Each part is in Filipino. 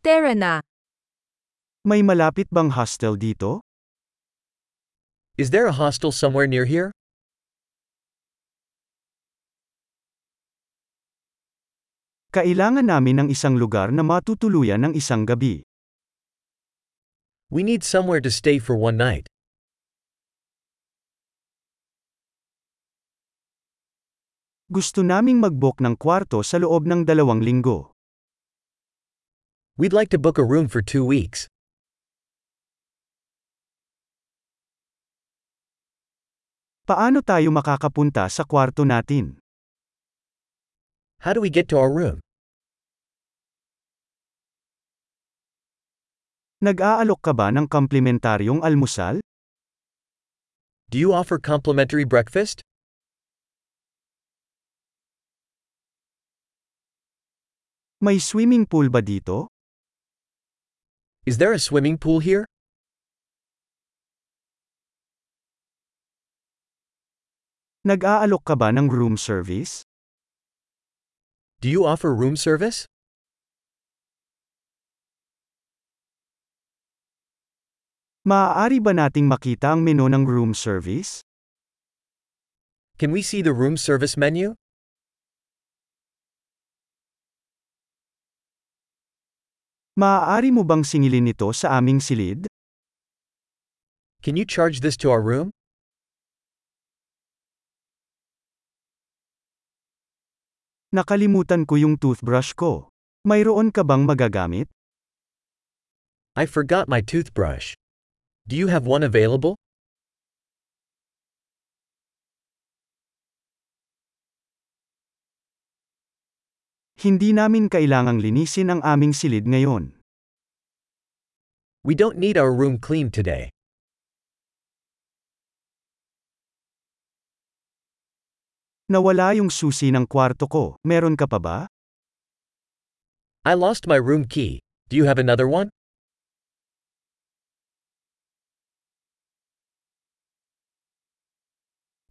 Tara na. May malapit bang hostel dito? Is there a hostel somewhere near here? Kailangan namin ng isang lugar na matutuluyan ng isang gabi. We need somewhere to stay for one night. Gusto naming mag-book ng kwarto sa loob ng dalawang linggo. We'd like to book a room for two weeks. Paano tayo makakapunta sa kwarto natin? How do we get to our room? Nag-aalok ka ba ng komplementaryong almusal? Do you offer complimentary breakfast? May swimming pool ba dito? Is there a swimming pool here? Nag-aalok ka ba ng room service? Do you offer room service? Maaari ba nating makita ang menu ng room service? Can we see the room service menu? Maaari mo bang singilin ito sa aming silid? Can you charge this to our room? Nakalimutan ko yung toothbrush ko. Mayroon ka bang magagamit? I forgot my toothbrush. Do you have one available? Hindi namin kailangang linisin ang aming silid ngayon. We don't need our room cleaned today. Nawala yung susi ng kwarto ko, meron ka pa ba? I lost my room key. Do you have another one?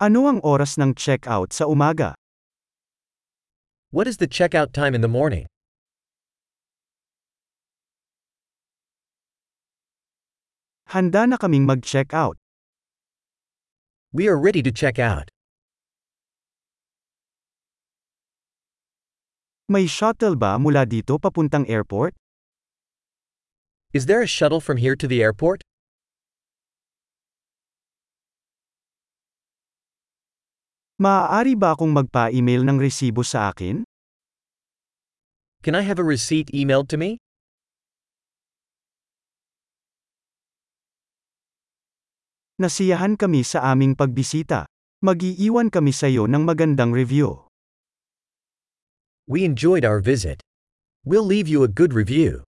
Ano ang oras ng check-out sa umaga? What is the checkout time in the morning? Handa na kaming mag-check-out. We are ready to check out. May shuttle ba mula dito papuntang airport? Is there a shuttle from here to the airport? Maaari ba akong magpa-email ng resibo sa akin? Can I have a receipt emailed to me? Nasiyahan kami sa aming pagbisita. Mag-iiwan kami sa iyo ng magandang review. We enjoyed our visit. We'll leave you a good review.